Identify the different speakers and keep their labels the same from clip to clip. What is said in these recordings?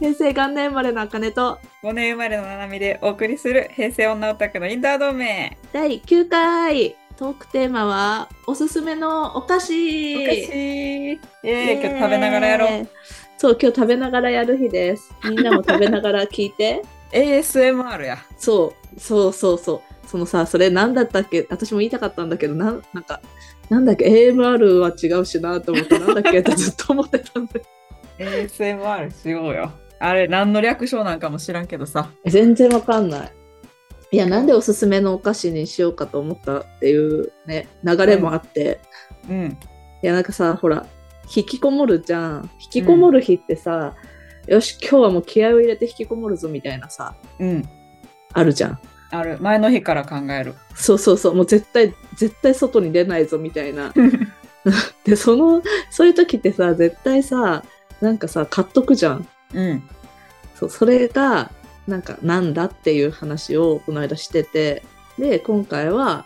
Speaker 1: 平成元年生まれのあかねと
Speaker 2: 5年生まれのななみでお送りする平成女オタクのインター同盟。
Speaker 1: 第9回トークテーマはおすすめのお菓
Speaker 2: お
Speaker 1: 子
Speaker 2: かしい。え
Speaker 1: イ
Speaker 2: え
Speaker 1: エーイ
Speaker 2: 今日食べながらやろう。
Speaker 1: そう今日食べながらやる日ですみんなも食べながら聞いて
Speaker 2: ASMR や。
Speaker 1: そうそうそうそうそのさそれ何だったっけ私も言いたかったんだけどなんなんかなんだっけ AMR は違うしなと思ってなんだっけってずっと思ってたんだけ ど
Speaker 2: ASMR しようよ。あれ、何の略称なんかも知らんけどさ。
Speaker 1: 全然わかんないいやなんでおすすめのお菓子にしようかと思ったっていうね流れもあって、
Speaker 2: うん。
Speaker 1: いやなんかさほら引きこもるじゃん引きこもる日ってさ、よし今日はもう気合を入れて引きこもるぞみたいなさ
Speaker 2: うん。
Speaker 1: あるじゃん
Speaker 2: ある。前の日から考える。
Speaker 1: そうそうそうもう絶対絶対外に出ないぞみたいなでそのそういう時ってさ絶対さなんかさ買っとくじゃん
Speaker 2: うん。
Speaker 1: そうそれがなんかなんだっていう話をこの間しててで今回は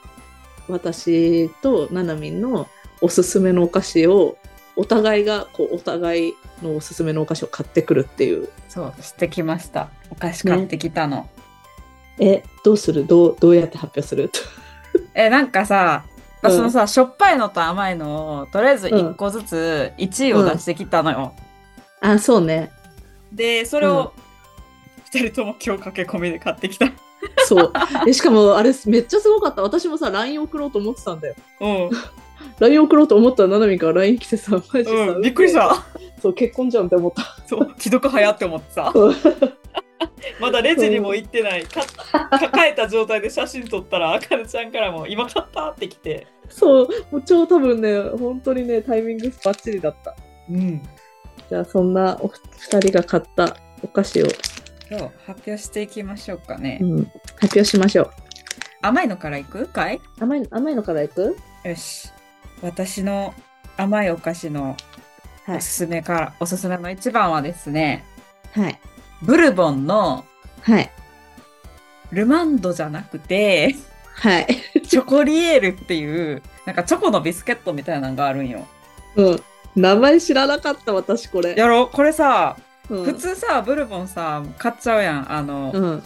Speaker 1: 私とななみんのおすすめのお菓子をお互いがこうお互いのおすすめのお菓子を買ってくるっていう
Speaker 2: そう、してきました。お菓子買ってきたの。
Speaker 1: えどうするどうどうやって発表する
Speaker 2: え、なんかさ、
Speaker 1: うん
Speaker 2: そのさ、しょっぱいのと甘いのを、とりあえず1個ずつ1位を出してきたのよ。
Speaker 1: あそうね
Speaker 2: で、それを2人とも今日駆け込みで買ってきた。
Speaker 1: そうでしかもあれめっちゃすごかった私もさ LINE 送ろうと思ってたんだよ
Speaker 2: うん。
Speaker 1: LINE 送ろうと思ったらななみんから LINE 来てさマジさ、
Speaker 2: うん、びっくりした。
Speaker 1: そう結婚じゃんって思った
Speaker 2: そう、既読早って思ってさ
Speaker 1: うん。
Speaker 2: まだレジにも行ってない。か抱えた状態で写真撮ったら、あかねちゃんからも、今買ったって来て。
Speaker 1: そうもう超多分ね本当にねタイミングバッチリだった
Speaker 2: うん。
Speaker 1: じゃあそんなお二人が買ったお菓子を、
Speaker 2: 今日発表していきましょうかね。
Speaker 1: うん、発表しましょう。
Speaker 2: 甘いのからいくかい
Speaker 1: 甘い甘いのからいく
Speaker 2: よし。私の甘いお菓子の
Speaker 1: は
Speaker 2: おすすめから、おすすめの一番はですね、
Speaker 1: はい。
Speaker 2: ブルボンの
Speaker 1: はい。
Speaker 2: ルマンドじゃなく て、
Speaker 1: はい。
Speaker 2: チョコリエールっていう、なんかチョコのビスケットみたいなのがあるんよ。
Speaker 1: うん。名前知らなかった私これ。
Speaker 2: やろうこれさ、
Speaker 1: うん、
Speaker 2: 普。通さブルボンさ買っちゃうやんあの、
Speaker 1: うん。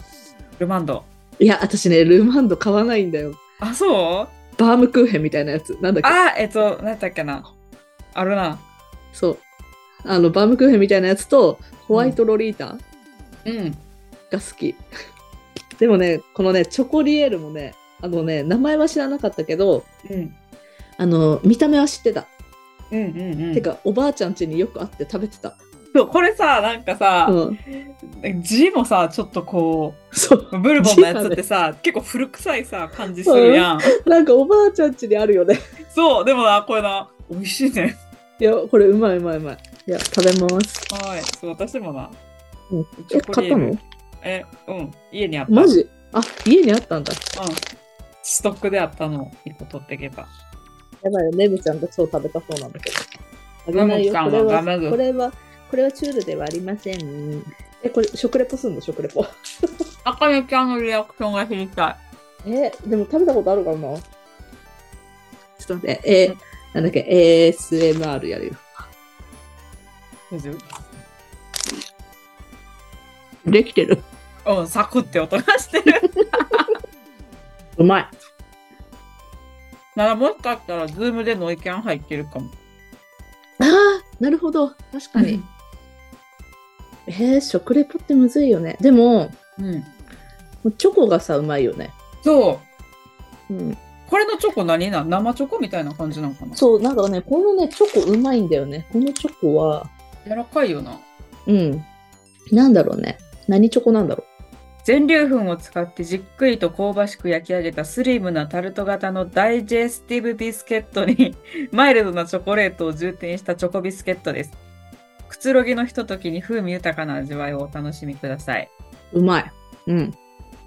Speaker 2: ルマンド
Speaker 1: いや私ねルマンド買わないんだよ。
Speaker 2: あそう
Speaker 1: バームクーヘンみたいなやつなんだっけ
Speaker 2: あえっと何だっけなあるな
Speaker 1: そう。あのバームクーヘンみたいなやつとホワイトロリータ
Speaker 2: うん
Speaker 1: が好 き。でもねこのねチョコリエールもねあのね名前は知らなかったけど
Speaker 2: うん
Speaker 1: あの見た目は知ってた。
Speaker 2: うんうんうん
Speaker 1: てかおばあちゃん家によく会って食べてた。
Speaker 2: そうこれさなんかさ、
Speaker 1: うん。
Speaker 2: 字もさちょっとこ
Speaker 1: そう。
Speaker 2: うブルボンのやつってさ結構古臭いさ感じするやん、
Speaker 1: なんかおばあちゃん家にあるよね。
Speaker 2: そうでもなこれな美味しいね
Speaker 1: いや、これうまいうまいうまい。いや、食べます。
Speaker 2: はいそう私もな、
Speaker 1: うん
Speaker 2: チョコリエール
Speaker 1: の
Speaker 2: えうん家にあった
Speaker 1: マジあ、家にあったんだ。
Speaker 2: うんストックであったのを1個取っていけば
Speaker 1: やばいよ、ネブちゃんが超食べたそうなんだけど。あげないよ、
Speaker 2: マ
Speaker 1: こ
Speaker 2: ムち
Speaker 1: れ
Speaker 2: ゃんは
Speaker 1: は
Speaker 2: ダメだ、
Speaker 1: これは、これはチュールではありません。え、これ、食レポすんの食レポ。
Speaker 2: あかねちゃんのリアクションが知りたい
Speaker 1: え、でも食べたことあるかなちょっと待って、えー、なんだっけ、ASMR やるよ。
Speaker 2: 大丈
Speaker 1: できてる。
Speaker 2: 夫うん、サクって音がしてる。
Speaker 1: うまい。
Speaker 2: ならもしかしたら、ズームでの意見入ってるかも。
Speaker 1: ああ、なるほど。確かに。えー、食レポってむずいよね。でも、
Speaker 2: うん。
Speaker 1: もうチョコがさうまいよね、
Speaker 2: そう。
Speaker 1: うん、
Speaker 2: これのチョコ何なん生チョコみたいな感じなのかな
Speaker 1: そうなんかねこのねチョコうまいんだよねこのチョコは
Speaker 2: 柔らかいよな。
Speaker 1: うんなんだろうね何チョコなんだろ
Speaker 2: 全粒粉を使ってじっくりと香ばしく焼き上げたスリムなタルト型のダイジェスティブビスケットに マイルドなチョコレートを充填したチョコビスケットです。くつろぎのひとときに風味豊かな味わいをお楽しみください。
Speaker 1: ううまいうん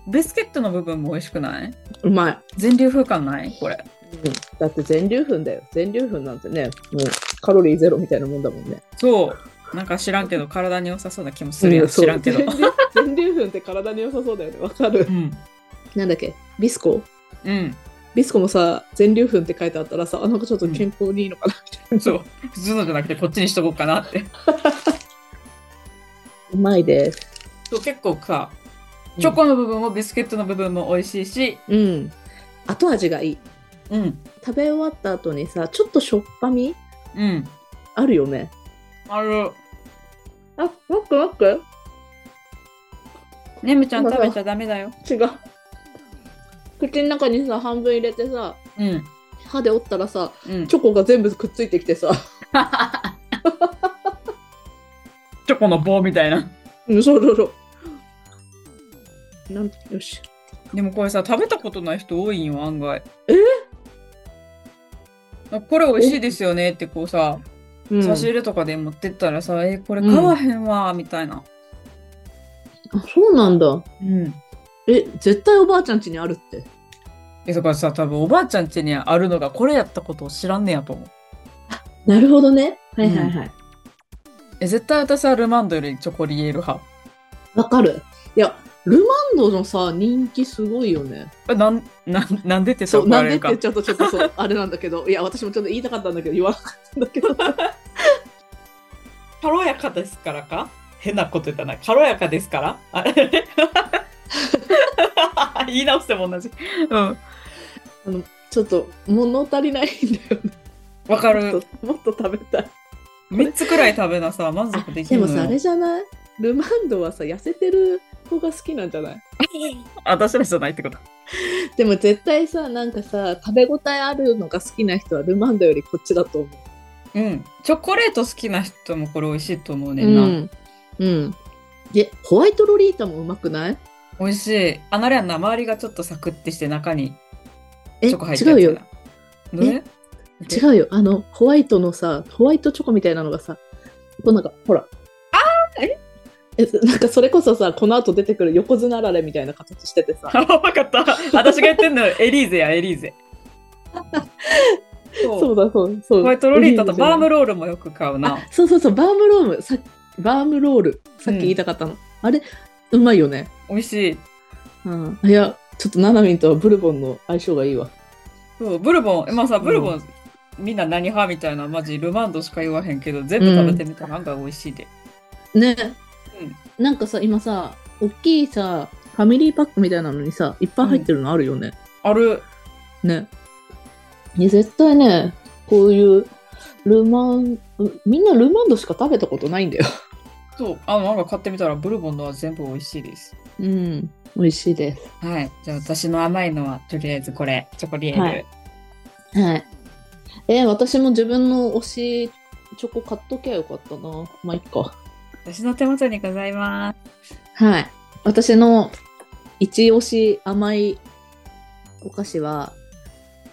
Speaker 2: ビスケットの部分も美味しくないう
Speaker 1: まい、
Speaker 2: 全粒粉感ないこれ。
Speaker 1: うん、だって全粒粉だよ全粒粉なんてねもうカロリーゼロみたいなもんだもんね
Speaker 2: そう。なんか知らんけど、体に良さそうな気もするや。
Speaker 1: うんんそう
Speaker 2: 知らんけど。
Speaker 1: 全粒全粒粉って体に良さそうだよねわかる
Speaker 2: うん。
Speaker 1: なんだっけビスコ
Speaker 2: うん。
Speaker 1: ビスコもさ全粒粉って書いてあったらさあなんかちょっと健康にいいのかなみたいな、
Speaker 2: そう。普通のじゃなくて、こっちにしとこうかなって。
Speaker 1: うまいです。
Speaker 2: そう結構さチョコの部分もビスケットの部分も美味しいし、
Speaker 1: うん。後味がいい。
Speaker 2: うん、
Speaker 1: 食べ終わった後にさ、ちょっとしょっぱみ
Speaker 2: うん、
Speaker 1: あるよね。
Speaker 2: ある。
Speaker 1: あ、マックマック
Speaker 2: ねむちゃん食べちゃダメだよ。
Speaker 1: 違う。口の中にさ、半分入れてさ、
Speaker 2: うん、
Speaker 1: 歯で折ったらさ、
Speaker 2: うん。
Speaker 1: チョコが全部くっついてきてさ、
Speaker 2: チョコの棒みたいな。
Speaker 1: うん、そうそうそう。なんよし。
Speaker 2: でもこれさ、食べたことない人多いんよ、案外。
Speaker 1: え
Speaker 2: なんかこれ美味しいですよねってこうさ、
Speaker 1: うん
Speaker 2: 差し入れとかで持ってったらさ、え、これ買わへんわ、みたいな。
Speaker 1: あそうなんだ。
Speaker 2: うん。
Speaker 1: え、絶対おばあちゃん家にあるって。
Speaker 2: え、だからさ、多分おばあちゃん家にあるのがこれやったことを知らんねやと思う。
Speaker 1: なるほどね。はいはいはい。
Speaker 2: え、絶対私はルマンドよりチョコリエール派。
Speaker 1: わ、かる。いや、ルマンドのさ、人気すごいよね。
Speaker 2: えなん、なん、なんでってさ、
Speaker 1: そう、
Speaker 2: 怒ら
Speaker 1: なん
Speaker 2: れ
Speaker 1: でっ
Speaker 2: る
Speaker 1: て
Speaker 2: か
Speaker 1: 言っ。ちゃうとちょっとそう、あれなんだけど、いや、私もちょっと言いたかったんだけど、言わなかったんだけど。
Speaker 2: 軽やかですからか変なこと言ったな。軽やかですからあれ 言い直しても同じ。うん。
Speaker 1: ちょっと、物足りないんだよね。
Speaker 2: わかる
Speaker 1: もっ。と。もっと食べたい。
Speaker 2: 3つくらい食べなさ、満足でき
Speaker 1: で
Speaker 2: る
Speaker 1: も
Speaker 2: の
Speaker 1: さ、あれ
Speaker 2: よ。
Speaker 1: じゃないルマンドはさ、痩せてる子が好きなんじゃない
Speaker 2: 私らじゃないってこと。
Speaker 1: でも絶対さ、なんかさ、食べ応えあるのが好きな人はルマンドよりこっちだと思う。
Speaker 2: うん。チョコレート好きな人もこれ美味しいと思うねんな。
Speaker 1: うん。うん。え、ホワイトロリータもうまくない
Speaker 2: 美味しい。あなれやんな、周りがちょっとサクってして中に
Speaker 1: え、
Speaker 2: チ
Speaker 1: 違
Speaker 2: ョコ入ってる
Speaker 1: うよ
Speaker 2: や。つやな。ね
Speaker 1: 違うよ。あの、ホワイトのさ、ホワイトチョコみたいなのがさ、こうなんか、ほら。あ
Speaker 2: ーえ
Speaker 1: えなんかそれこそさ、この後出てくる横綱あられみたいな形しててさ、
Speaker 2: あ、わかった。私が言ってんのエリーゼや、エリ ーゼ。そう
Speaker 1: そうだそうそう。
Speaker 2: ホワイトロリータとバーム
Speaker 1: ロ
Speaker 2: ロールもよく買
Speaker 1: ー
Speaker 2: う
Speaker 1: ル。
Speaker 2: な
Speaker 1: あ。そうそうそう、バームロール、さバームロール、さっき言いたかったの。あれ、うまいよね。
Speaker 2: 美味しい。
Speaker 1: うん。いや、ちょっとナナミンとはブルボンの相性がいいわ。
Speaker 2: そう、ブルボン、まあさ、
Speaker 1: ん
Speaker 2: ブルボン、みんな何派みたいな、マジルマンドしか言わへんけど、全部食べてみたら案外美味しいで。
Speaker 1: ね、
Speaker 2: うん
Speaker 1: なんかさ今さ大きいさファミリーパックみたいなのにさいっぱい入ってるのあるよね、
Speaker 2: ある。
Speaker 1: ねね絶対ねこういうルマンうみんなルマンドしか食べたことないんだよ
Speaker 2: そう、あの、なんか買ってみたら、ブルボンのは全部美味しいです。
Speaker 1: うん美味しいで
Speaker 2: はい。じゃあ、私の甘いのは、とりあえずこれ、チョコリエール。
Speaker 1: はいすはいえー私も自分の推しチョコ買っときゃよかったなまあいっか
Speaker 2: 私の手元にございます。
Speaker 1: はい私の一押し甘いお菓子は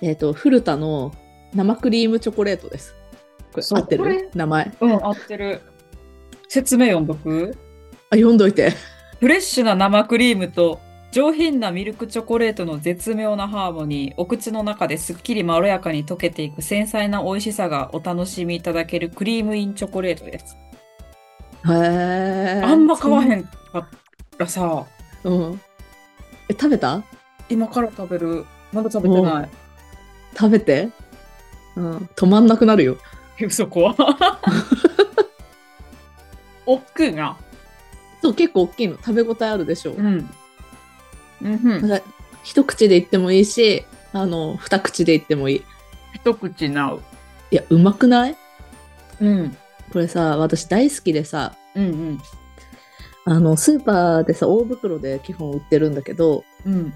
Speaker 1: えっ、と古田の生クリームチョコレートですこれ
Speaker 2: そう
Speaker 1: 合って
Speaker 2: これ
Speaker 1: る名前
Speaker 2: うん、合ってる。説明読んどく
Speaker 1: あ読んどいて。
Speaker 2: フレッシュな生クリームと上品なミルクチョコレートの絶妙なハーモニー、お口の中ですっきりまろやかに溶けていく繊細な美味しさがお楽しみいただけるクリームインチョコレートです。
Speaker 1: へえ。
Speaker 2: あんま買わへんかったらさ、
Speaker 1: そん。うん。え食べた？
Speaker 2: 今から食べる。まだ食べてない。
Speaker 1: 食べて。うん。止まんなくなるよ。
Speaker 2: え、嘘怖おっくいな。
Speaker 1: そう結構大きいの。食べ応えあるでしょ。
Speaker 2: うん。うんふん。
Speaker 1: なんか一口でいってもいいし、あの二口でいってもいい。
Speaker 2: 一口なう。
Speaker 1: いやうまくない？
Speaker 2: うん。
Speaker 1: これさ私大好きでさ。
Speaker 2: うんうん。
Speaker 1: あのスーパーでさ大袋で基本売ってるんだけど
Speaker 2: うん。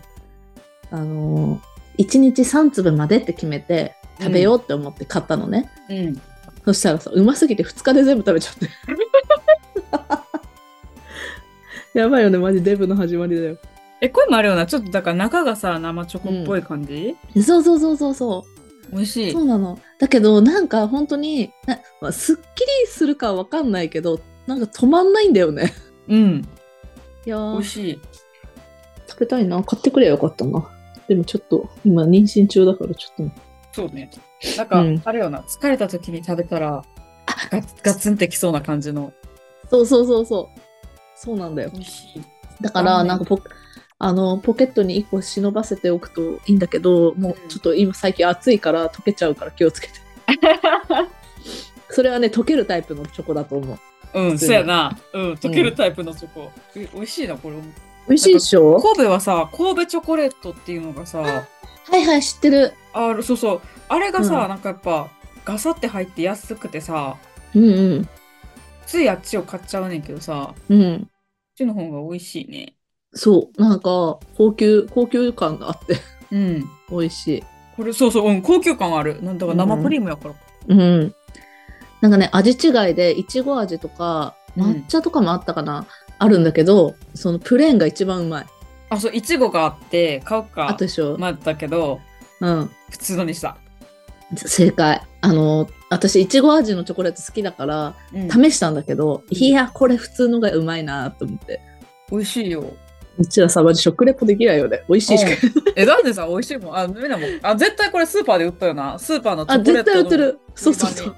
Speaker 1: あの1日3粒までって決めて食べようって思って買ったのね、
Speaker 2: うん。
Speaker 1: そしたらさ、うますぎて2日で全部食べちゃって。やばいよね、マジデブの始まりだよ。
Speaker 2: え、これもあるよな。ちょっとだから中がさ、生チョコっぽい感じ、
Speaker 1: そうそうそうそうそ
Speaker 2: 美味し
Speaker 1: う。
Speaker 2: い
Speaker 1: そ。うなの。だけど、なんか本当に、なまあすっきりするかわかんないけど、なんか止まんないんだよね。
Speaker 2: うん。
Speaker 1: いや
Speaker 2: 美
Speaker 1: ー
Speaker 2: 味しい。
Speaker 1: 食べたいな。買ってくれよかったな。でもちょっと、今妊娠中だからちょっとね。
Speaker 2: そうね。なんか、
Speaker 1: うん
Speaker 2: あれよな、疲れた時に食べたら、ガガツンってきそうな感じの。
Speaker 1: そうそうそうそう。そうなんだよ。
Speaker 2: 美味しい。
Speaker 1: だから、
Speaker 2: うん
Speaker 1: なんかポ、あの、ポケットに1個忍ばせておくといいんだけど、もうちょっと今最近暑いから 溶けちゃうから気をつけて。それはね、溶けるタイプのチョコだと思う。
Speaker 2: うん、
Speaker 1: 普通
Speaker 2: そ
Speaker 1: に
Speaker 2: やな。うん、溶けるタイプのチョコ。え美味しいな、これ。
Speaker 1: 美味しいでしょ
Speaker 2: 神戸はさ、神戸チョコレートっていうのがさ、
Speaker 1: はいはい、知ってる。
Speaker 2: あるそうそう。あれがさ、
Speaker 1: うん
Speaker 2: なんかやっぱ、ガサって入って安くてさ、
Speaker 1: うんうん。
Speaker 2: ついあっちを買っちゃうねんけどさ、こっ
Speaker 1: うん。
Speaker 2: ちの方が美味しいね。
Speaker 1: そう。なんか、高級、高級感があって、
Speaker 2: うん。
Speaker 1: 美味しい。
Speaker 2: これ、そうそう、うん、高級感ある。なんだか生クリームやから。
Speaker 1: うん。なんかね、味違いで、いちご味とか、
Speaker 2: うん
Speaker 1: 抹茶とかもあったかな、あるんだけど、そのプレーンが一番うまい。
Speaker 2: あ、そう、いちごがあって、買う
Speaker 1: あ
Speaker 2: か
Speaker 1: とでしょ、
Speaker 2: 迷ったけど、
Speaker 1: うん。
Speaker 2: 普通のにした。
Speaker 1: 正解。あの、私、いちご味のチョコレート好きだから、
Speaker 2: うん、
Speaker 1: 試したんだけど、
Speaker 2: うん
Speaker 1: いや、これ普通のがうまいなと思って。
Speaker 2: 美味しいよ。
Speaker 1: うちらさ、マジ食レポできないよね。美味しいしか。
Speaker 2: え、だってさ、美味しいもん。あ、みんなも。あ、絶対これスーパーで売ったよな。スーパーのチ
Speaker 1: あ、
Speaker 2: ョコレ
Speaker 1: 絶
Speaker 2: ート
Speaker 1: 対
Speaker 2: の
Speaker 1: 売ってる。そうそうそう。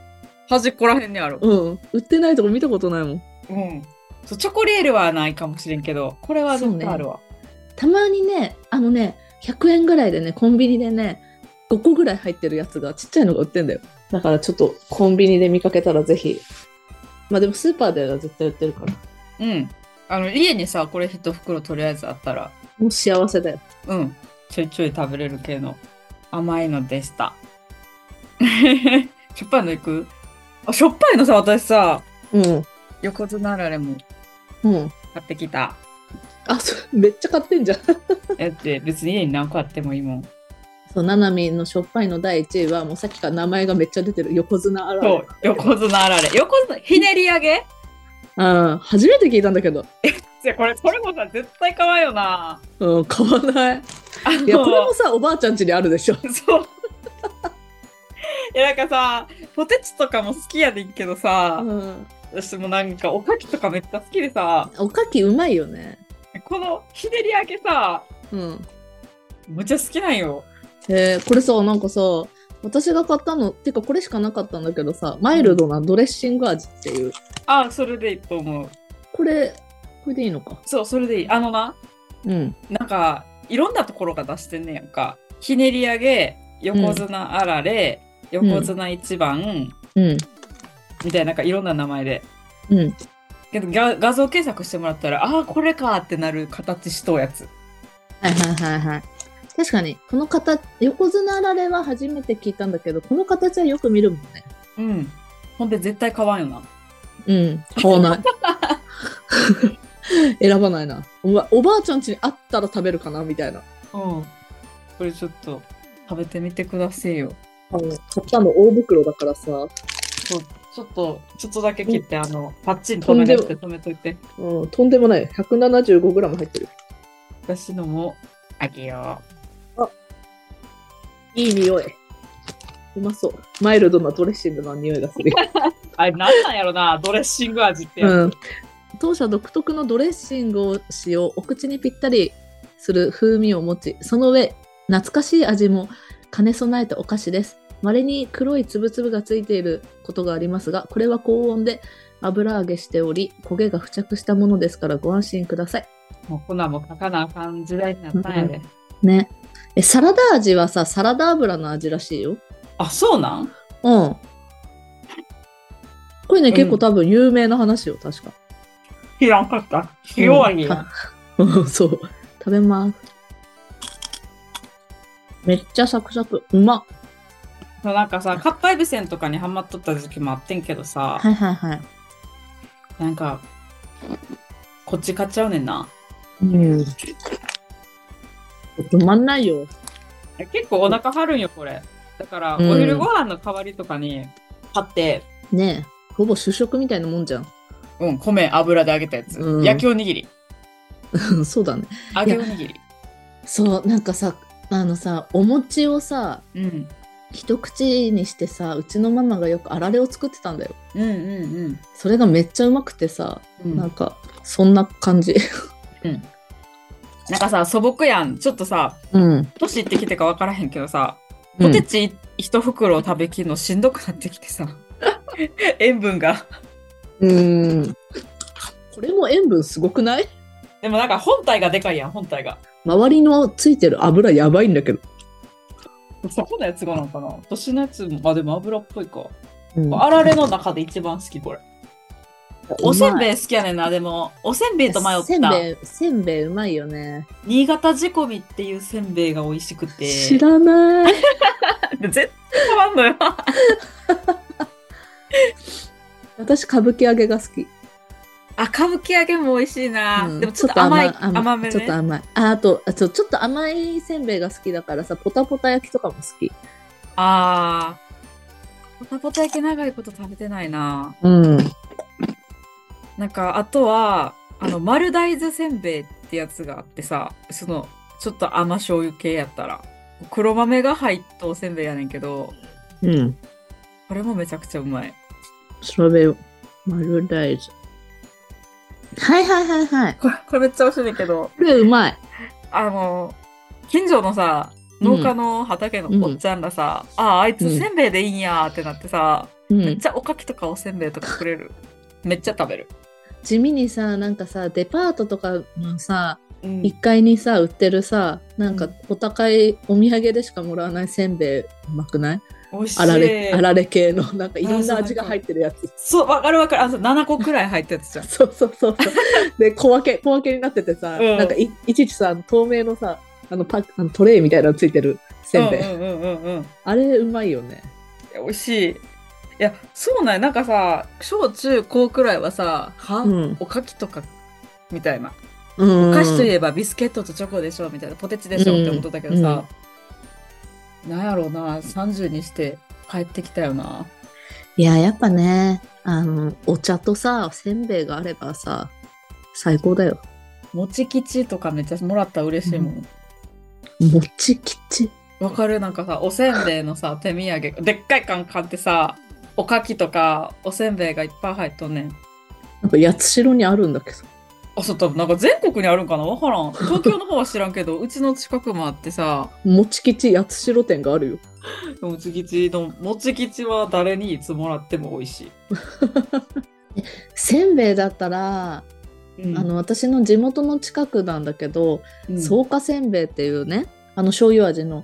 Speaker 2: 端っこら辺にある。
Speaker 1: うん。売ってないとこ見たことないもん。
Speaker 2: うん。そう、チョコレールはないかもしれんけど、これは絶対あるわ。
Speaker 1: たまにね、あのね、100円ぐらいでね、コンビニでね、5個ぐらい入ってるやつが、ちっちゃいのが売ってんだよ。だからちょっとコンビニで見かけたらぜひ。まあでもスーパーでは絶対売ってるから。
Speaker 2: ううん。あの、家にさ、これ一袋とりあえずあったら、
Speaker 1: もう幸せだよ。
Speaker 2: うん。ちょいちょい食べれる系の甘いのでした。 しょっぱいのいくあ、しょっぱいのさ、私さ、
Speaker 1: うん。
Speaker 2: 横綱あられも
Speaker 1: うん。
Speaker 2: 買ってきた。
Speaker 1: あ、そうめっちゃ買ってんじゃ ん。
Speaker 2: だって別に家に何個あってもいいもん。
Speaker 1: そう、ななみんのしょっぱいの第1位は、もうさっきから名前がめっちゃ出てる横綱あら
Speaker 2: そう、横綱あられ。横綱、ひねり上げ
Speaker 1: うん。初めて聞いたんだけど。
Speaker 2: じゃこれ、これもさ、絶対可愛いよな。
Speaker 1: うん、買わない。
Speaker 2: あ
Speaker 1: い
Speaker 2: の
Speaker 1: や、これもさ、おばあちゃん家にあるでしょ。
Speaker 2: そう。いや、なんかさ、ポテチとかも好きやねんけどさ、
Speaker 1: うん。
Speaker 2: 私もなんか、おかきとかめっちゃ好きでさ、
Speaker 1: おかきうまいよね。
Speaker 2: このひねり上げさ、
Speaker 1: うん。
Speaker 2: むっちゃ好きなんよ。
Speaker 1: えーこれさなんかさ私が買ったのてかこれしかなかったんだけどさマイルドなドレッシング味っていう
Speaker 2: ああ、それでいいと思う。
Speaker 1: これこれでいいのか
Speaker 2: そう、それでいい。あのな、
Speaker 1: うん
Speaker 2: なんか、いろんなところが出してんねやんか。ひねり上げ、横綱あられ、
Speaker 1: ん
Speaker 2: 横綱一番、
Speaker 1: うん
Speaker 2: みたいな、なんかいろんな名前で。
Speaker 1: うん
Speaker 2: けど画画像検索してもらったら、ああ、これかーってなる形しとうやつ。
Speaker 1: はいはいはいはい確かにこの形横綱あられは初めて聞いたんだけどこの形はよく見るもんね
Speaker 2: うん。ほんで絶対買わんよな。
Speaker 1: うん買わない 選ばないなおばおばあちゃん家にあったら食べるかなみたいな
Speaker 2: うん。これちょっと食べてみてくださいよ。
Speaker 1: あの買ったの大袋だからさ、
Speaker 2: そうちょっと、ちょっとだけ切って、あの、パッチン止めなくて止めといて。
Speaker 1: うん、とんでもない 175g 入ってる
Speaker 2: 私のもあげよ
Speaker 1: いい匂い。うまそう。マイルドなドレッシングの匂いがする。
Speaker 2: う。あれ、なんなんやろな、ドレッシング味ってやつ。
Speaker 1: ん。当社独特のドレッシングを使用、お口にぴったりする風味を持ち、その上、懐かしい味も兼ね備えたお菓子です。稀に黒いつぶつぶがついていることがありますが、これは高温で油揚げしており、焦げが付着したものですからご安心ください。
Speaker 2: もうこんなんも書かなあかん時代になったんやで。
Speaker 1: ね。え、サラダ味はさ、サラダ油の味らしいよ。
Speaker 2: あ、そうなん
Speaker 1: うん。これね、
Speaker 2: うん
Speaker 1: 結構多分有名な話よ、確か。
Speaker 2: 知らんかった。弱いや。
Speaker 1: うん たそう。食べます。めっちゃサクサク。うまっ。
Speaker 2: そうなんかさ、カッパエビセンとかにハマっとった時期もあってんけどさ、
Speaker 1: いはいはい。
Speaker 2: なんか、こっち買っちゃうねんな。
Speaker 1: うん。止まんないよ。
Speaker 2: 結構お腹張るんよ、これ。だから、
Speaker 1: うん
Speaker 2: お昼ご飯の代わりとかに買って、
Speaker 1: ねえ。ほぼ主食みたいなもんじゃん。
Speaker 2: うん、米油で揚げたやつ。
Speaker 1: うん
Speaker 2: 焼きおにぎり。
Speaker 1: うん そうだね。
Speaker 2: 揚げおにぎり。
Speaker 1: そう、なんかさ、あのさ、お餅をさ、
Speaker 2: うん。
Speaker 1: 一口にしてさ、うちのママがよくあられを作ってたんだよ。
Speaker 2: うんうん
Speaker 1: それがめっちゃうまくてさ、
Speaker 2: うん。
Speaker 1: なんか、そんな感じ。
Speaker 2: なんかさ、素朴やん。ちょっとさ、
Speaker 1: うん。
Speaker 2: 年いってきてか分からへんけどさ、ポテチ一袋食べきるのしんどくなってきてさ、 塩分が。
Speaker 1: うん。これも塩分すごくない
Speaker 2: でもなんか本体がでかいやん、本体が。
Speaker 1: 周りのついてる油やばいんだけど。
Speaker 2: そこのやつがなのかな私のやつも、あ、でも油っぽいか。
Speaker 1: うん
Speaker 2: あられの中で一番好き、これ。おせん
Speaker 1: い
Speaker 2: べい好きやねんな、でも。おせんべいと迷っ
Speaker 1: せん
Speaker 2: た。
Speaker 1: べいせんべいうまいよね、
Speaker 2: 新潟仕込みっていうせんべいが美味しくて。
Speaker 1: 知らない
Speaker 2: 絶対変わん のよ。
Speaker 1: 私歌舞伎揚げが好き、
Speaker 2: あ、歌舞伎揚げも美味しいな。
Speaker 1: うん
Speaker 2: でもちょっと甘い、甘め
Speaker 1: ちょっと
Speaker 2: ね。
Speaker 1: 甘いああとあちょちょっと甘いせんべいが好きだからさポタポタ焼きとかも好き
Speaker 2: あー。ポタポタ焼き長いこと食べてないな。
Speaker 1: うん
Speaker 2: なんか、あとは、あ の、丸大豆せんべいってやつがあってさ、その、ちょっと甘醤油系やったら。黒豆が入ったおせんべいやねんけど、
Speaker 1: うん
Speaker 2: これもめちゃくちゃうまい。
Speaker 1: 調べよう丸大豆はいはいはいはい
Speaker 2: これ、これめっちゃ美味しいねんだけど、
Speaker 1: これうまい
Speaker 2: あの、近所のさ、農家の畑のおっちゃんがさ、ああ、あいつせんべいでいいんやーってなってさ、
Speaker 1: う
Speaker 2: めっ
Speaker 1: ん
Speaker 2: ちゃおかきとかおせんべいとかくれる。めっちゃ食べる。
Speaker 1: 地味にさなんかさデパートとかのさ
Speaker 2: うん
Speaker 1: 1階にさ売ってるさなん
Speaker 2: う
Speaker 1: か
Speaker 2: ん
Speaker 1: お高いお土産でしかもらわないせんべいうまくない
Speaker 2: 美味しい。
Speaker 1: あられあられ系のなんかいろんな味が入ってるやつ
Speaker 2: そう、わかるわかる。あの、7個くらい入ったやつじゃん。
Speaker 1: そうそうそう そうで小分け小分けになっててさ、
Speaker 2: うん
Speaker 1: なんかいいちいちさ透明のさあのパックあのトレイみたいなのついてるせんべい、
Speaker 2: うんうんうんうんうん。
Speaker 1: あれうまいよね
Speaker 2: いや美味しい。いや、そうなんやなんかさ、小中高くらいはさ、は、
Speaker 1: うん
Speaker 2: おかきとか、みたいな。
Speaker 1: うん
Speaker 2: お菓子といえばビスケットとチョコでしょ、みたいな。ポテチでしょって思っとったけどさ、なんやろうな、30にして帰ってきたよな。
Speaker 1: いややっぱねあのお茶とさせんべいがあればさ最高だよ
Speaker 2: もち吉とかめっちゃもらったら嬉しいもん。
Speaker 1: もちきち
Speaker 2: わかるなんかさおせんべいのさ手土産でっかい缶買ってさおかきとかおせんべいがいっぱい入っとんねん
Speaker 1: なんか八代にあるんだけど
Speaker 2: あそう多分なんか全国にあるんかなわからん東京の方は知らんけどうちの近くもあってさ
Speaker 1: もちきち八代店があるよ
Speaker 2: もち吉のもち吉は誰にいつもらっても美味し
Speaker 1: せんべいだったら、
Speaker 2: い、うん
Speaker 1: あの私の地元の近くなんだけど、
Speaker 2: うん
Speaker 1: 草加せんべいっていうねあの醤油味の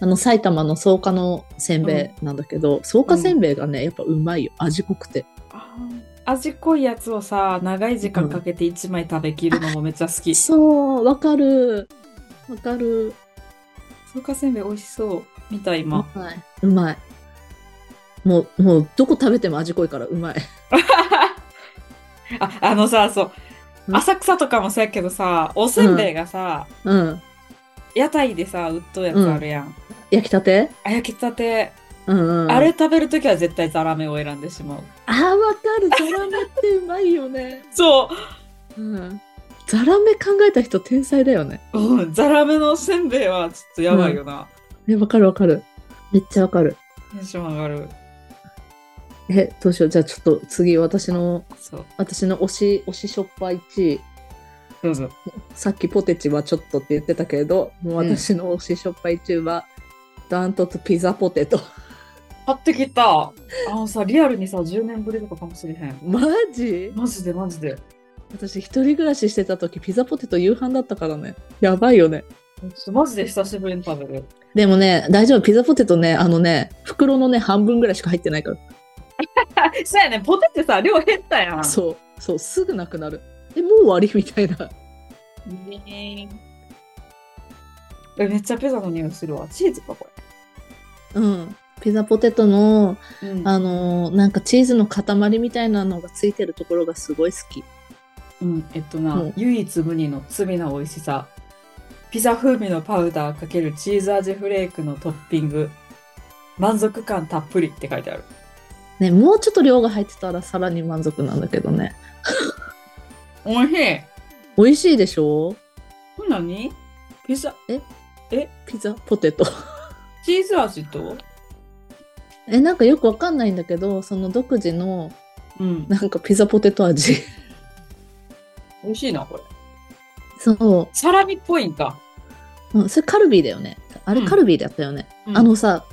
Speaker 1: あの埼玉の草加のせんべいなんだけど、草加せんべいがねやっぱうまいよ味濃くて
Speaker 2: あー味濃いやつをさ長い時間かけて1枚食べきるのもめっちゃ好き、そ
Speaker 1: そうわかるわかる
Speaker 2: うかせんべい美味しそう見た
Speaker 1: う
Speaker 2: 今
Speaker 1: まいうまいもうもうどこ食べても味濃いからうまい
Speaker 2: ああのさそう
Speaker 1: うん
Speaker 2: 浅草とかもそうやけどさおせんべいがさ、
Speaker 1: うん
Speaker 2: 屋台でさ売っとうやつあるやん、
Speaker 1: 焼きたて
Speaker 2: あ焼きたて、
Speaker 1: うんうん
Speaker 2: あれ食べるときは絶対ザラメを選んでしまう
Speaker 1: あーわかるザラメってうまいよね
Speaker 2: そ
Speaker 1: うんザラメ考えた人天才だよね
Speaker 2: う、うん、 ザラメのせんべいはちょっとやばいよな、
Speaker 1: えわかるわかるめっちゃわかる
Speaker 2: テンション上がる
Speaker 1: えどうしようじゃあちょっと次私の
Speaker 2: そう
Speaker 1: 私の推し推ししょっぱい1位
Speaker 2: どうぞ
Speaker 1: さっきポテチはちょっとって言ってたけれどもう私の推ししょっぱい1位はダントツピザポテト
Speaker 2: 買ってきたあのさリアルにさ10年ぶりとかかもしれへん
Speaker 1: マジ
Speaker 2: マジでマジで
Speaker 1: 私一人暮らししてた時ピザポテト夕飯だったからねやばいよね
Speaker 2: ちょっとマジで久しぶりに食べる
Speaker 1: でもね大丈夫ピザポテトねあのね袋のね半分ぐらいしか入ってないから、
Speaker 2: そうやねポテチさ量減ったやん
Speaker 1: そうそうすぐなくなるえもう終わりみたいな
Speaker 2: ねえめっちゃピザの匂いするわチーズかこ
Speaker 1: うんピザポテトの
Speaker 2: れ、うん
Speaker 1: あのーなんかチーズの塊みたいなのがついてるところがすごい好き
Speaker 2: うん、えっとな、
Speaker 1: うん
Speaker 2: 唯一無二の罪な美味しさ。ピザ風味のパウダーかけるチーズ味フレークのトッピング。満足感たっぷりって書いてある。
Speaker 1: ね、もうちょっと量が入ってたらさらに満足なんだけどね。
Speaker 2: おいしい。
Speaker 1: 美味しいでしょ
Speaker 2: これ何ピザ、
Speaker 1: ピザポテト。
Speaker 2: チーズ味と
Speaker 1: え、なんかよくわかんないんだけど、その独自の
Speaker 2: うん。
Speaker 1: なんかピザポテト味。
Speaker 2: 美味しいな、これ。
Speaker 1: そ
Speaker 2: サラミっぽいんか。
Speaker 1: う。うん、それカルビーだよね。あれ
Speaker 2: うん
Speaker 1: カルビーだったよね。
Speaker 2: うん
Speaker 1: あの、さ、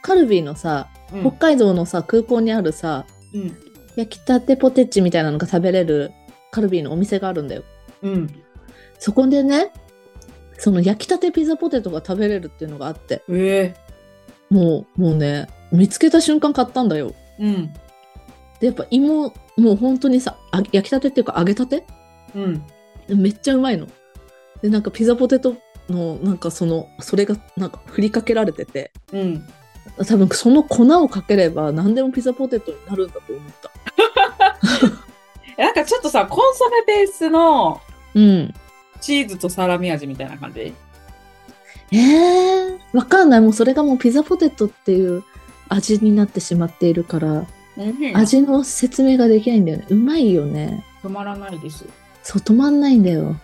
Speaker 1: カルビーのさ、
Speaker 2: うん、
Speaker 1: 北海道のさ、空港にあるさ、
Speaker 2: うん。
Speaker 1: 焼きたてポテチみたいなのが食べれるカルビーのお店があるんだよ。
Speaker 2: うん。
Speaker 1: そこでね、その焼きたてピザポテトが食べれるっていうのがあって、
Speaker 2: ええ
Speaker 1: もう、もうね、見つけた瞬間買ったんだよ。
Speaker 2: うん。
Speaker 1: でやっぱ芋もう本当にさあ焼きたてっていうか揚げたて
Speaker 2: うん。
Speaker 1: めっちゃうまいの。でなんかピザポテトのなんかそのそれがなんか振りかけられてて
Speaker 2: うん。
Speaker 1: 多分その粉をかければ何でもピザポテトになるんだと思った。
Speaker 2: なんかちょっとさ、コンソメベースの
Speaker 1: うん。
Speaker 2: チーズとサラミ味みたいな感じ
Speaker 1: えー、わかんないもうそれがもうピザポテトっていう味になってしまっているから
Speaker 2: 味
Speaker 1: 味の説明ができないんだよね。うまいよね。
Speaker 2: 止まらないです。
Speaker 1: そう止まんないんだよ。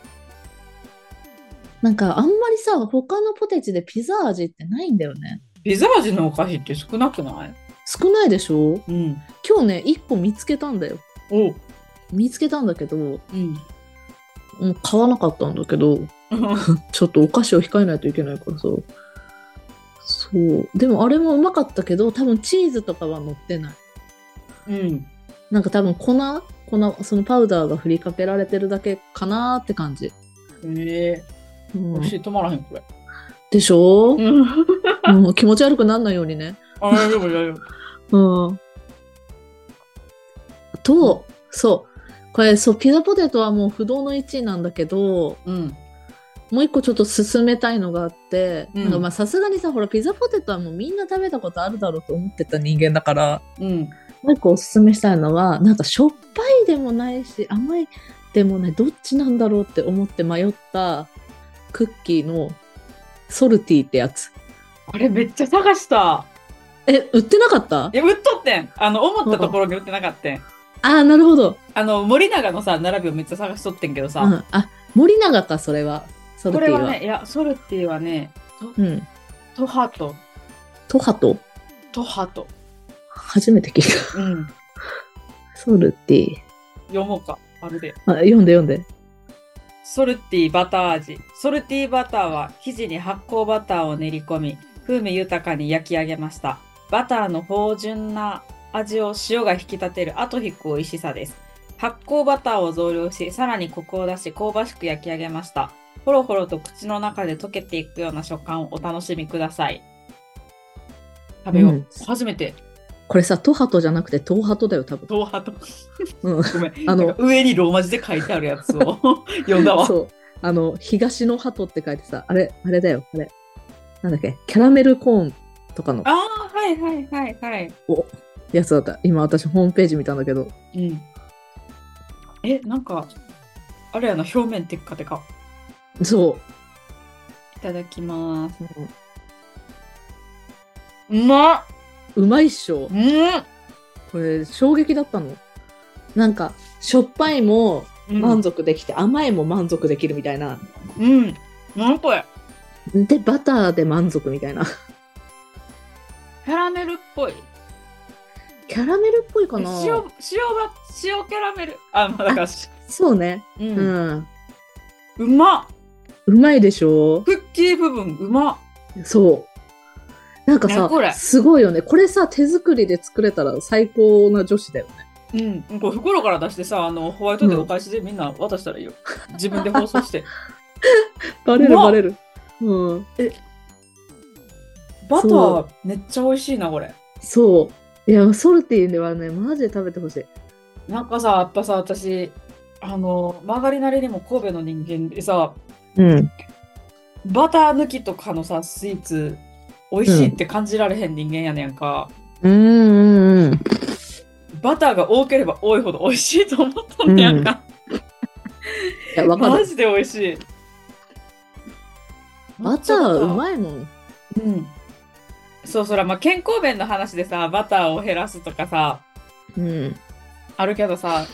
Speaker 1: なんかあんまりさ他のポテチでピザ味ってないんだよね。
Speaker 2: ピザ味のお菓子って少なくない
Speaker 1: 少ないでしょ
Speaker 2: うん。
Speaker 1: 今日ね1個見つけたんだよ。
Speaker 2: お
Speaker 1: 見つけたんだけども
Speaker 2: うん。
Speaker 1: う買わなかったんだけどちょっとお菓子を控えないといけないからさそうでもあれもうまかったけど多分チーズとかは乗ってない
Speaker 2: うん。
Speaker 1: なんか多分粉粉そのパウダーが振りかけられてるだけかなーって感じ、
Speaker 2: ええ
Speaker 1: うん
Speaker 2: 美味しい、止まらへん、これ。
Speaker 1: でしょ、
Speaker 2: うん。
Speaker 1: うん、気持ち悪くなんないようにね
Speaker 2: あ、大丈夫、大丈夫。
Speaker 1: うんとそうこれそうピザポテトはもう不動の1位なんだけど
Speaker 2: うん。
Speaker 1: もう一個ちょっと進めたいのがあって、
Speaker 2: うん
Speaker 1: なんかまあさすがにさほらピザポテトはもうみんな食べたことあるだろうと思ってた人間だから
Speaker 2: うん。
Speaker 1: もう一個おすすめしたいのはなんかしょっぱいでもないし甘いでもないどっちなんだろうって思って迷ったクッキーのソルティってやつ
Speaker 2: あれ、めっちゃ探した。
Speaker 1: え売ってなかった
Speaker 2: いや、売っとってん。あの、思ったところに売ってなかったん。
Speaker 1: あーなるほど、
Speaker 2: あの、森永のさ、並びをめっちゃ探しとってんけど
Speaker 1: う
Speaker 2: さ。
Speaker 1: ん、あ森永かそれはソル
Speaker 2: こ
Speaker 1: テ
Speaker 2: れ
Speaker 1: ィは
Speaker 2: はね、いや、ソルティはね、
Speaker 1: うん
Speaker 2: トハト、
Speaker 1: トハト
Speaker 2: トハト。
Speaker 1: 初めて聞いた
Speaker 2: うん。
Speaker 1: ソルティ
Speaker 2: 読もうか、あれで。
Speaker 1: あ読んで読んで
Speaker 2: ソルティバター味。ソルティバターは生地に発酵バターを練り込み、風味豊かに焼き上げました。バターの芳醇な味を塩が引き立てる後引く美味しさです。発酵バターを増量し、さらにコクを出し、香ばしく焼き上げました。ほろほろと口の中で溶けていくような食感をお楽しみください。食べよう。
Speaker 1: うん
Speaker 2: 初めて、
Speaker 1: これさトハトじゃなくてトーハトだよ多分、
Speaker 2: ドーハと。
Speaker 1: うん
Speaker 2: ごめん。
Speaker 1: あ
Speaker 2: あ
Speaker 1: の
Speaker 2: の、上にローマ字で書いてあるやつ を読んだわ。
Speaker 1: そう。あの、東の鳩って書いてさ、あれ、あれだよ、あれ。なんだっけ、キャラメルコーンとかの
Speaker 2: ああ、はいはいはいはい。
Speaker 1: やつだった。今私ホームページ見たんだけど。
Speaker 2: うん。え、なんか、あれやな、表面テッカテカ。
Speaker 1: そ
Speaker 2: いただきます。
Speaker 1: う。
Speaker 2: うまっ
Speaker 1: うまいっしょ
Speaker 2: う。ん
Speaker 1: これ、衝撃だったの。なんか、しょっぱいも満足できて、甘いも満足できるみたいな。
Speaker 2: うん。なんこれ
Speaker 1: で、バターで満足みたいな。
Speaker 2: キャラメルっぽい。
Speaker 1: キャラメルっぽいか
Speaker 2: 塩、
Speaker 1: な
Speaker 2: 塩ば、塩キャラメル。あ、まあだから、
Speaker 1: そうね。
Speaker 2: う。
Speaker 1: うんん。
Speaker 2: うまっ
Speaker 1: うまいでしょ
Speaker 2: クッキー部分、うまっ
Speaker 1: そう。なんか
Speaker 2: ねこれ
Speaker 1: さ、すごいよね。これさ、手作りで作れたら最高な女子だよね。
Speaker 2: うん。これ袋から出してさ、あの、ホワイトでお返しでみんな渡したらいいよ。自分で包装して。
Speaker 1: バレる
Speaker 2: うまっ
Speaker 1: バレる。うん。
Speaker 2: バタ
Speaker 1: そ
Speaker 2: ー、めっちゃ美味しいな、これ。
Speaker 1: そう。いや、ソルティではね、マジで食べてほしい。
Speaker 2: なんかさ、やっぱさ、私、あの、曲がりなりにも神戸の人間でさ、
Speaker 1: うん。
Speaker 2: バター抜きとかのさ、スイーツ、美味しいって感じられへん人間やねんか。
Speaker 1: うんうんうん。
Speaker 2: バターが多ければ多いほど美味しいと思ったんねやんか。
Speaker 1: いや、わか
Speaker 2: マ
Speaker 1: る。
Speaker 2: ジで美味しい。
Speaker 1: バターう
Speaker 2: い。
Speaker 1: まいもん。
Speaker 2: うん。そうそら、まあ、健康面の話でさ、バターを減らすとかさ、
Speaker 1: うん。
Speaker 2: あるけどさ、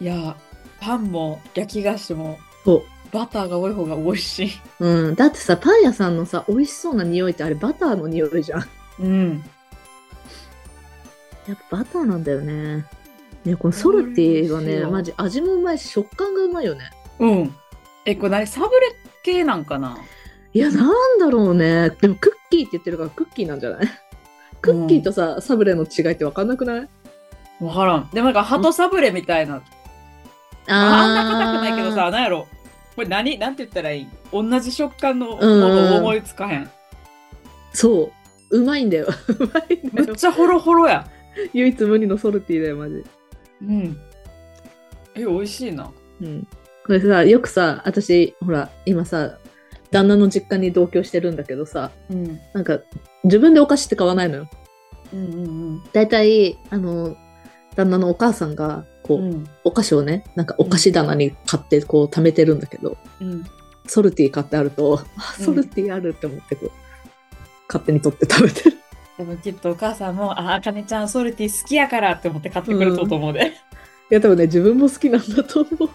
Speaker 2: いや、パンも焼き菓子も
Speaker 1: そ
Speaker 2: バターが多い方が美味しい。
Speaker 1: う。うん。だってさ、パン屋さんのさ、美味しそうな匂いってあれバターの匂いじゃん。
Speaker 2: うん。
Speaker 1: やっぱバターなんだよね。ね、このソルティは
Speaker 2: 美味しい
Speaker 1: ね、
Speaker 2: よ
Speaker 1: マジ味もうまいし、食感がうまいよね。
Speaker 2: うん。え、これ何サブレ系なんかない
Speaker 1: や、なんだろうね。でも、クッキーって言ってるから、クッキーなんじゃないクッキーとさ、サブレの違いってわかんなくない
Speaker 2: わからん。でもなんか、鳩サブレみたいな。あんな硬くないけどさ、なんやろ。これ何なんて言ったらいい同じ食感のもの思いつかへん。
Speaker 1: そう。うまいんだよ。うまいんだ
Speaker 2: めっ
Speaker 1: よ。
Speaker 2: ちゃホロホロや。
Speaker 1: 唯一無二のソルティだよ、マジ。
Speaker 2: うん。え、美味しいな。
Speaker 1: うん。これさ、よくさ、私、ほら、今さ、旦那の実家に同居してるんだけどさ、
Speaker 2: うん。
Speaker 1: なんか、自分でお菓子って買わないのよ。
Speaker 2: うんうん
Speaker 1: だいたい、あの、旦那のお母さんが、こ
Speaker 2: う
Speaker 1: う、
Speaker 2: ん。
Speaker 1: お菓子をね、なんかお菓子棚に買って、こう、貯めてるんだけど、
Speaker 2: うん。
Speaker 1: ソルティ買ってあると、あ、ソルティあるって思って、こう、勝手に取って食べてる。
Speaker 2: でもきっとお母さんも、あ、あかねちゃん、ソルティ好きやからって思って買ってくれたと思うで。
Speaker 1: いや、多分ね、自分も好きなんだと思う。
Speaker 2: い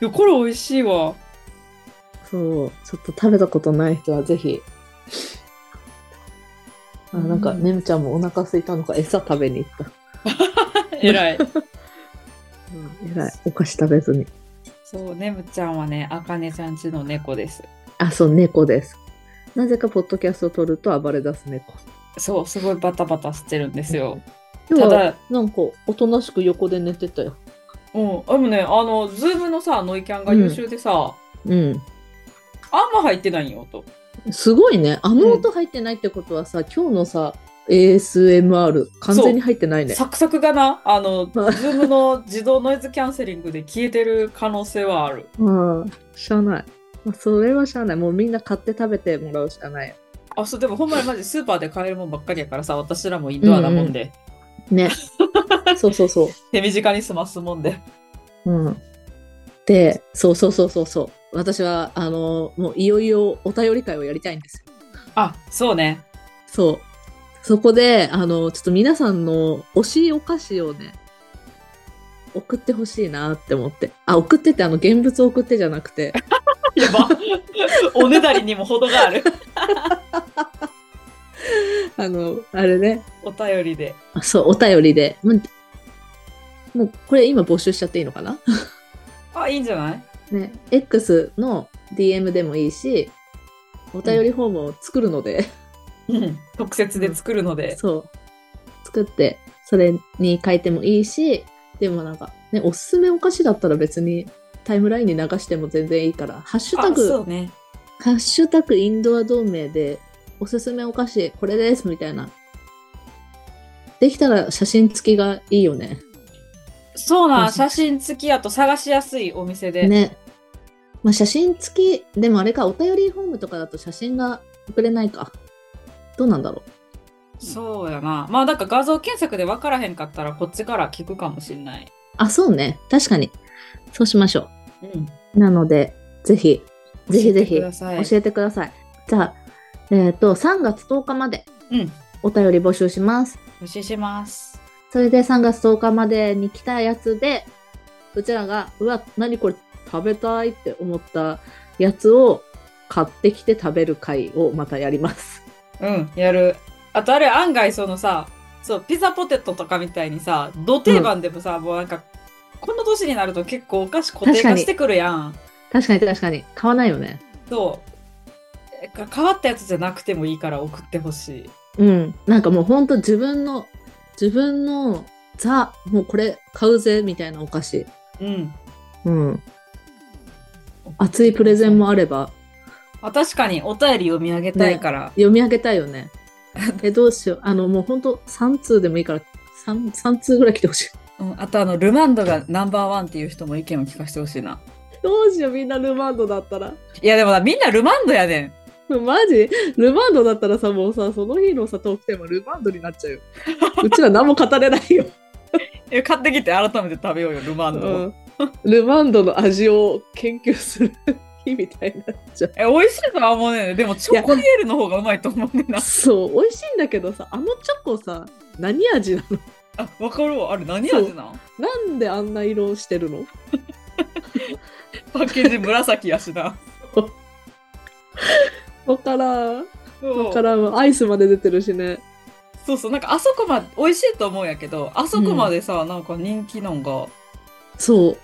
Speaker 2: や、これ美味しいわ。
Speaker 1: そう、ちょっと食べたことない人はぜひ。あなんか、
Speaker 2: うん
Speaker 1: ねむちゃんもお腹空いたのか、餌食べに行った。
Speaker 2: えらい。
Speaker 1: うん、偉い。お菓子食べずに。
Speaker 2: そう、ねむちゃんはね、あかねちゃんちの猫です。
Speaker 1: あ、そう、猫です。なぜか、ポッドキャストを撮ると暴れ出す猫。
Speaker 2: そう、すごいバタバタしてるんですよ。
Speaker 1: 今
Speaker 2: た
Speaker 1: 日は、
Speaker 2: だ、
Speaker 1: なんか、おとなしく横で寝てたよ。
Speaker 2: うん、でもね、あの、ズームのさ、ノイキャンが優秀でさ、
Speaker 1: うん。
Speaker 2: あんま入ってないんよ、と。
Speaker 1: すごいね。あの音入ってないってことはさ、今日のさ、ASMR、完全に入ってないね。
Speaker 2: サクサクがな、あの、ズームの自動ノイズキャンセリングで消えてる可能性はある。
Speaker 1: うん。しゃあない。まあ、それはしゃあない。もうみんな買って食べてもらうしかないよ。
Speaker 2: あ、そう、でもほんまにマジスーパーで買えるもんばっかりやからさ、私らもインドアなもんで、
Speaker 1: ね。そうそうそう。
Speaker 2: 手短に済ますもんで。
Speaker 1: うん、でそうそうそうそうそう私はあのもういよいよお便り会をやりたいんですよ
Speaker 2: あ、そうね。
Speaker 1: そうそこであのちょっと皆さんの推しお菓子をね送ってほしいなって思ってあ送ってってあの現物を送ってじゃなくて
Speaker 2: やば。おねだりにも程がある。
Speaker 1: あのあれね
Speaker 2: お便りで。
Speaker 1: あそうお便りでもうもうこれ今募集しちゃっていいのかな、
Speaker 2: あ、いいんじゃない
Speaker 1: ね、X の DM でもいいしお便りフォームを作るので、
Speaker 2: うん。特設で作るので。
Speaker 1: そう。作って、それに書いてもいいし、でもなんか、ね、おすすめお菓子だったら別にタイムラインに流しても全然いいから、ハッシュタ
Speaker 2: あ、そ
Speaker 1: グ、
Speaker 2: うね。
Speaker 1: ハッシュタグインドア同盟で、おすすめお菓子これですみたいな。できたら写真付きがいいよね。
Speaker 2: そうなん、
Speaker 1: そうそう
Speaker 2: 写真付きやと探しやすいお店で。
Speaker 1: ね。まあ、写真付き、でもあれか、お便りフォームとかだと写真が送れないか。どうなんだろ
Speaker 2: そうやな。まあ、なんか画像検索で分からへんかったら、こっちから聞くかもしんない。
Speaker 1: う。あ、そうね。確かに。そうしましょ
Speaker 2: うん。
Speaker 1: う。なので、ぜひ、ぜひぜ
Speaker 2: 教えて
Speaker 1: ひ
Speaker 2: く。ださい
Speaker 1: 教えてください。じゃあ、えっ、と、3月10日まで
Speaker 2: うん。
Speaker 1: お便り募集します。
Speaker 2: 募集します。
Speaker 1: それで3月10日までに来たやつで、うちらが、うわ、何これ食べたいって思ったやつを買ってきて食べる会をまたやります。
Speaker 2: うん、やる。あと、あれ、案外、そのさ、そう、ピザポテトとかみたいにさ、ど定番でもさ、もうなんか、この年になると結構お菓子固定
Speaker 1: 確か
Speaker 2: 化
Speaker 1: に
Speaker 2: してくるやん。
Speaker 1: 確かに確かに。買わないよね。
Speaker 2: そう。えか変わったやつじゃなくてもいいから送ってほしい。
Speaker 1: うん。なんかもうほんと自分の、自分のザ、もうこれ買うぜみたいなお菓子。
Speaker 2: うん。
Speaker 1: うん。熱いプレゼンもあれば
Speaker 2: あ確かにお便り読み上げたいから、
Speaker 1: 読み上げたいよね。え、どうしよう。あの、もうほんと3通でもいいから、3, 3通ぐらい来てほしい。
Speaker 2: うん、あとあのルマンドがナンバーワンっていう人も意見を聞かせてほしいな
Speaker 1: どうしよう、みんなルマンドだったら。
Speaker 2: いやでもなみんなルマンドやねん
Speaker 1: マジルマンドだったらさ、もうさ、その日のさ、トークテーマ、ルマンドになっちゃう よ。うちら何も語れないよ。
Speaker 2: え買ってきて改めて食べようよルマ
Speaker 1: う
Speaker 2: ンドを、
Speaker 1: ん、ルマンドの味を研究する日みたいになっちゃ
Speaker 2: え美味しいとは思うねんでもチョコリエールの方がうまいと思うねんな
Speaker 1: う。そう、美味しいんだけどさ、あのチョコさ、何味なの
Speaker 2: あ分か るわあれ何味なん
Speaker 1: なんであんな色をしてるの
Speaker 2: パッケージ紫や しな
Speaker 1: わからん。
Speaker 2: そ
Speaker 1: わ
Speaker 2: う
Speaker 1: からん。アイスまで出てるしね。
Speaker 2: そうそうなんかあそこまで美味しいと思うんやけどあそこまでさ、なんか人気なんが
Speaker 1: そ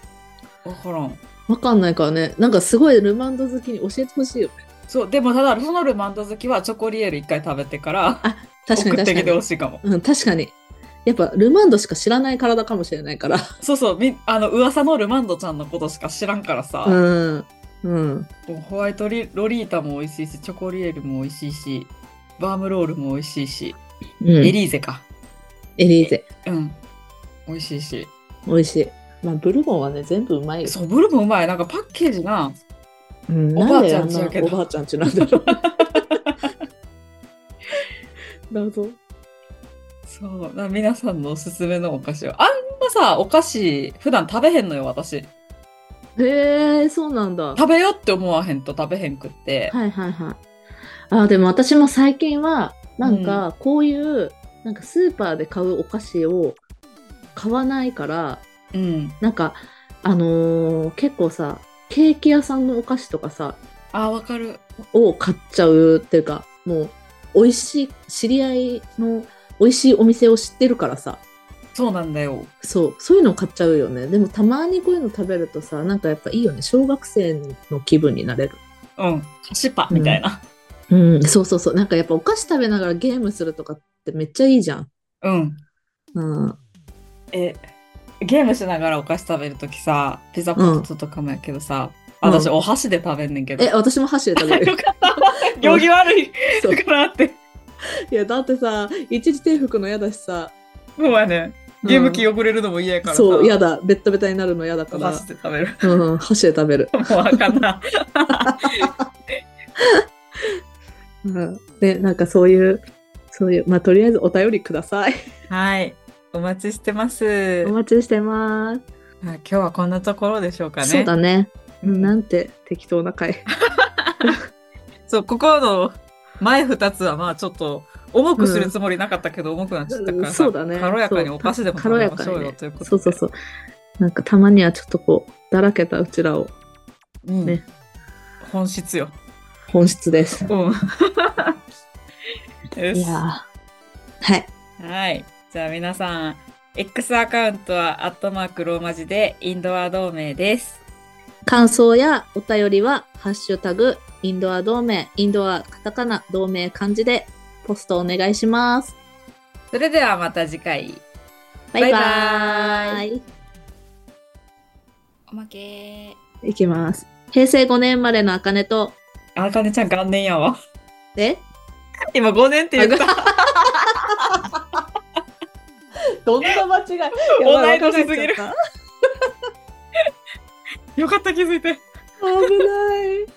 Speaker 1: う。
Speaker 2: 分からん
Speaker 1: わかんないからね。なんかすごいルマンド好きに教えてほしいよね。
Speaker 2: そうでもただそのルマンド好きはチョコリエール一回食べてから
Speaker 1: 確かに
Speaker 2: 送っ
Speaker 1: 確か
Speaker 2: てきてほ
Speaker 1: に。
Speaker 2: しいかも
Speaker 1: うん、確かに。やっぱルマンドしか知らない体かもしれないから。
Speaker 2: そうそうみあの噂のルマンドちゃんのことしか知らんからさ、
Speaker 1: うん。うん。
Speaker 2: もうホワイトリロリータも美味しいしチョコリエールも美味しいしバームロールも美味しいし、
Speaker 1: うん
Speaker 2: エリーゼか
Speaker 1: エリーゼ。
Speaker 2: うん。美味しいし。
Speaker 1: 美味しい。まあ、ブルボンはね、全部うまいよ。
Speaker 2: そう、ブルボンうまい。なんかパッケージが、
Speaker 1: うん、
Speaker 2: おばあちゃ
Speaker 1: なん
Speaker 2: ん
Speaker 1: で
Speaker 2: ちや
Speaker 1: あ
Speaker 2: け
Speaker 1: ん
Speaker 2: ど
Speaker 1: なおばあちゃんちなんだろ う。謎。
Speaker 2: そう、だから皆さんのおすすめのお菓子を。あんまさ、お菓子、普段食べへんのよ、私。
Speaker 1: へえ、そうなんだ。
Speaker 2: 食べよって思わへんと食べへんくって。
Speaker 1: はいはいはい。あーでも私も最近はなんかこういう、なんかスーパーで買うお菓子を買わないから
Speaker 2: うん。
Speaker 1: なんかあのー結構さケーキ屋さんのお菓子とかさ
Speaker 2: あ、わかる。
Speaker 1: を買っちゃうっていうかもう美味しい知り合いの美味しいお店を知ってるからさ
Speaker 2: そうなんだよ。
Speaker 1: そうそういうの買っちゃうよねでもたまにこういうの食べるとさなんかやっぱいいよね小学生の気分になれる
Speaker 2: うん。菓子パンみたいな。
Speaker 1: うんそうそうそうなんかやっぱお菓子食べながらゲームするとかってめっちゃいいじゃん
Speaker 2: うん。
Speaker 1: うん、
Speaker 2: え、ゲームしながらお菓子食べるときさ、ピザポテトとかもやけどさ、
Speaker 1: うん
Speaker 2: 私お箸で食べんねんけど。
Speaker 1: え私も箸で食べ る
Speaker 2: よかった。行儀悪い
Speaker 1: そう
Speaker 2: かなって。
Speaker 1: いやだってさ一時停服の嫌だしさ
Speaker 2: そうやね。ゲーム機汚れるのも嫌やからさ。
Speaker 1: そう嫌だベッタベタになるの嫌だか
Speaker 2: お
Speaker 1: ら
Speaker 2: 箸で食べる。
Speaker 1: うん、箸で食べる、
Speaker 2: もうあかんな。
Speaker 1: うん、でなんかそういうそういうまあとりあえずお便りください
Speaker 2: はい。お待ちしてます。
Speaker 1: お待ちしてます、
Speaker 2: まあ今日はこんなところでしょうかね。
Speaker 1: そうだね、
Speaker 2: うん
Speaker 1: なんて適当な回
Speaker 2: そう、ここの前二つはまあちょっと重くするつもりなかったけど、重くなっちゃったからさ、
Speaker 1: そうだね
Speaker 2: 軽やかに
Speaker 1: そう
Speaker 2: お菓子でも食べましょうよということで。
Speaker 1: そうそうそうなんかたまにはちょっとこうだらけたうちらを
Speaker 2: うん
Speaker 1: ね
Speaker 2: 本質よ。
Speaker 1: 本質です
Speaker 2: うん。よ
Speaker 1: い
Speaker 2: し
Speaker 1: やーはい
Speaker 2: はい。じゃあ皆さん、X アカウントはアットマークローマ字でインドア同盟です。
Speaker 1: 感想やお便りは、ハッシュタグ、インドア同盟、インドアカタカナ、同盟漢字で、ポストお願いします。
Speaker 2: それではまた次回。
Speaker 1: バイバ
Speaker 2: バイバ
Speaker 1: ーイ
Speaker 2: おまけ。
Speaker 1: いきます。平成5年生まれのあかねと、
Speaker 2: あかねちゃん元年やわ。
Speaker 1: え
Speaker 2: 今5年って言った。
Speaker 1: どんな間違い
Speaker 2: ばい同い年すぎる
Speaker 1: 危
Speaker 2: よかった気づいて。
Speaker 1: ない。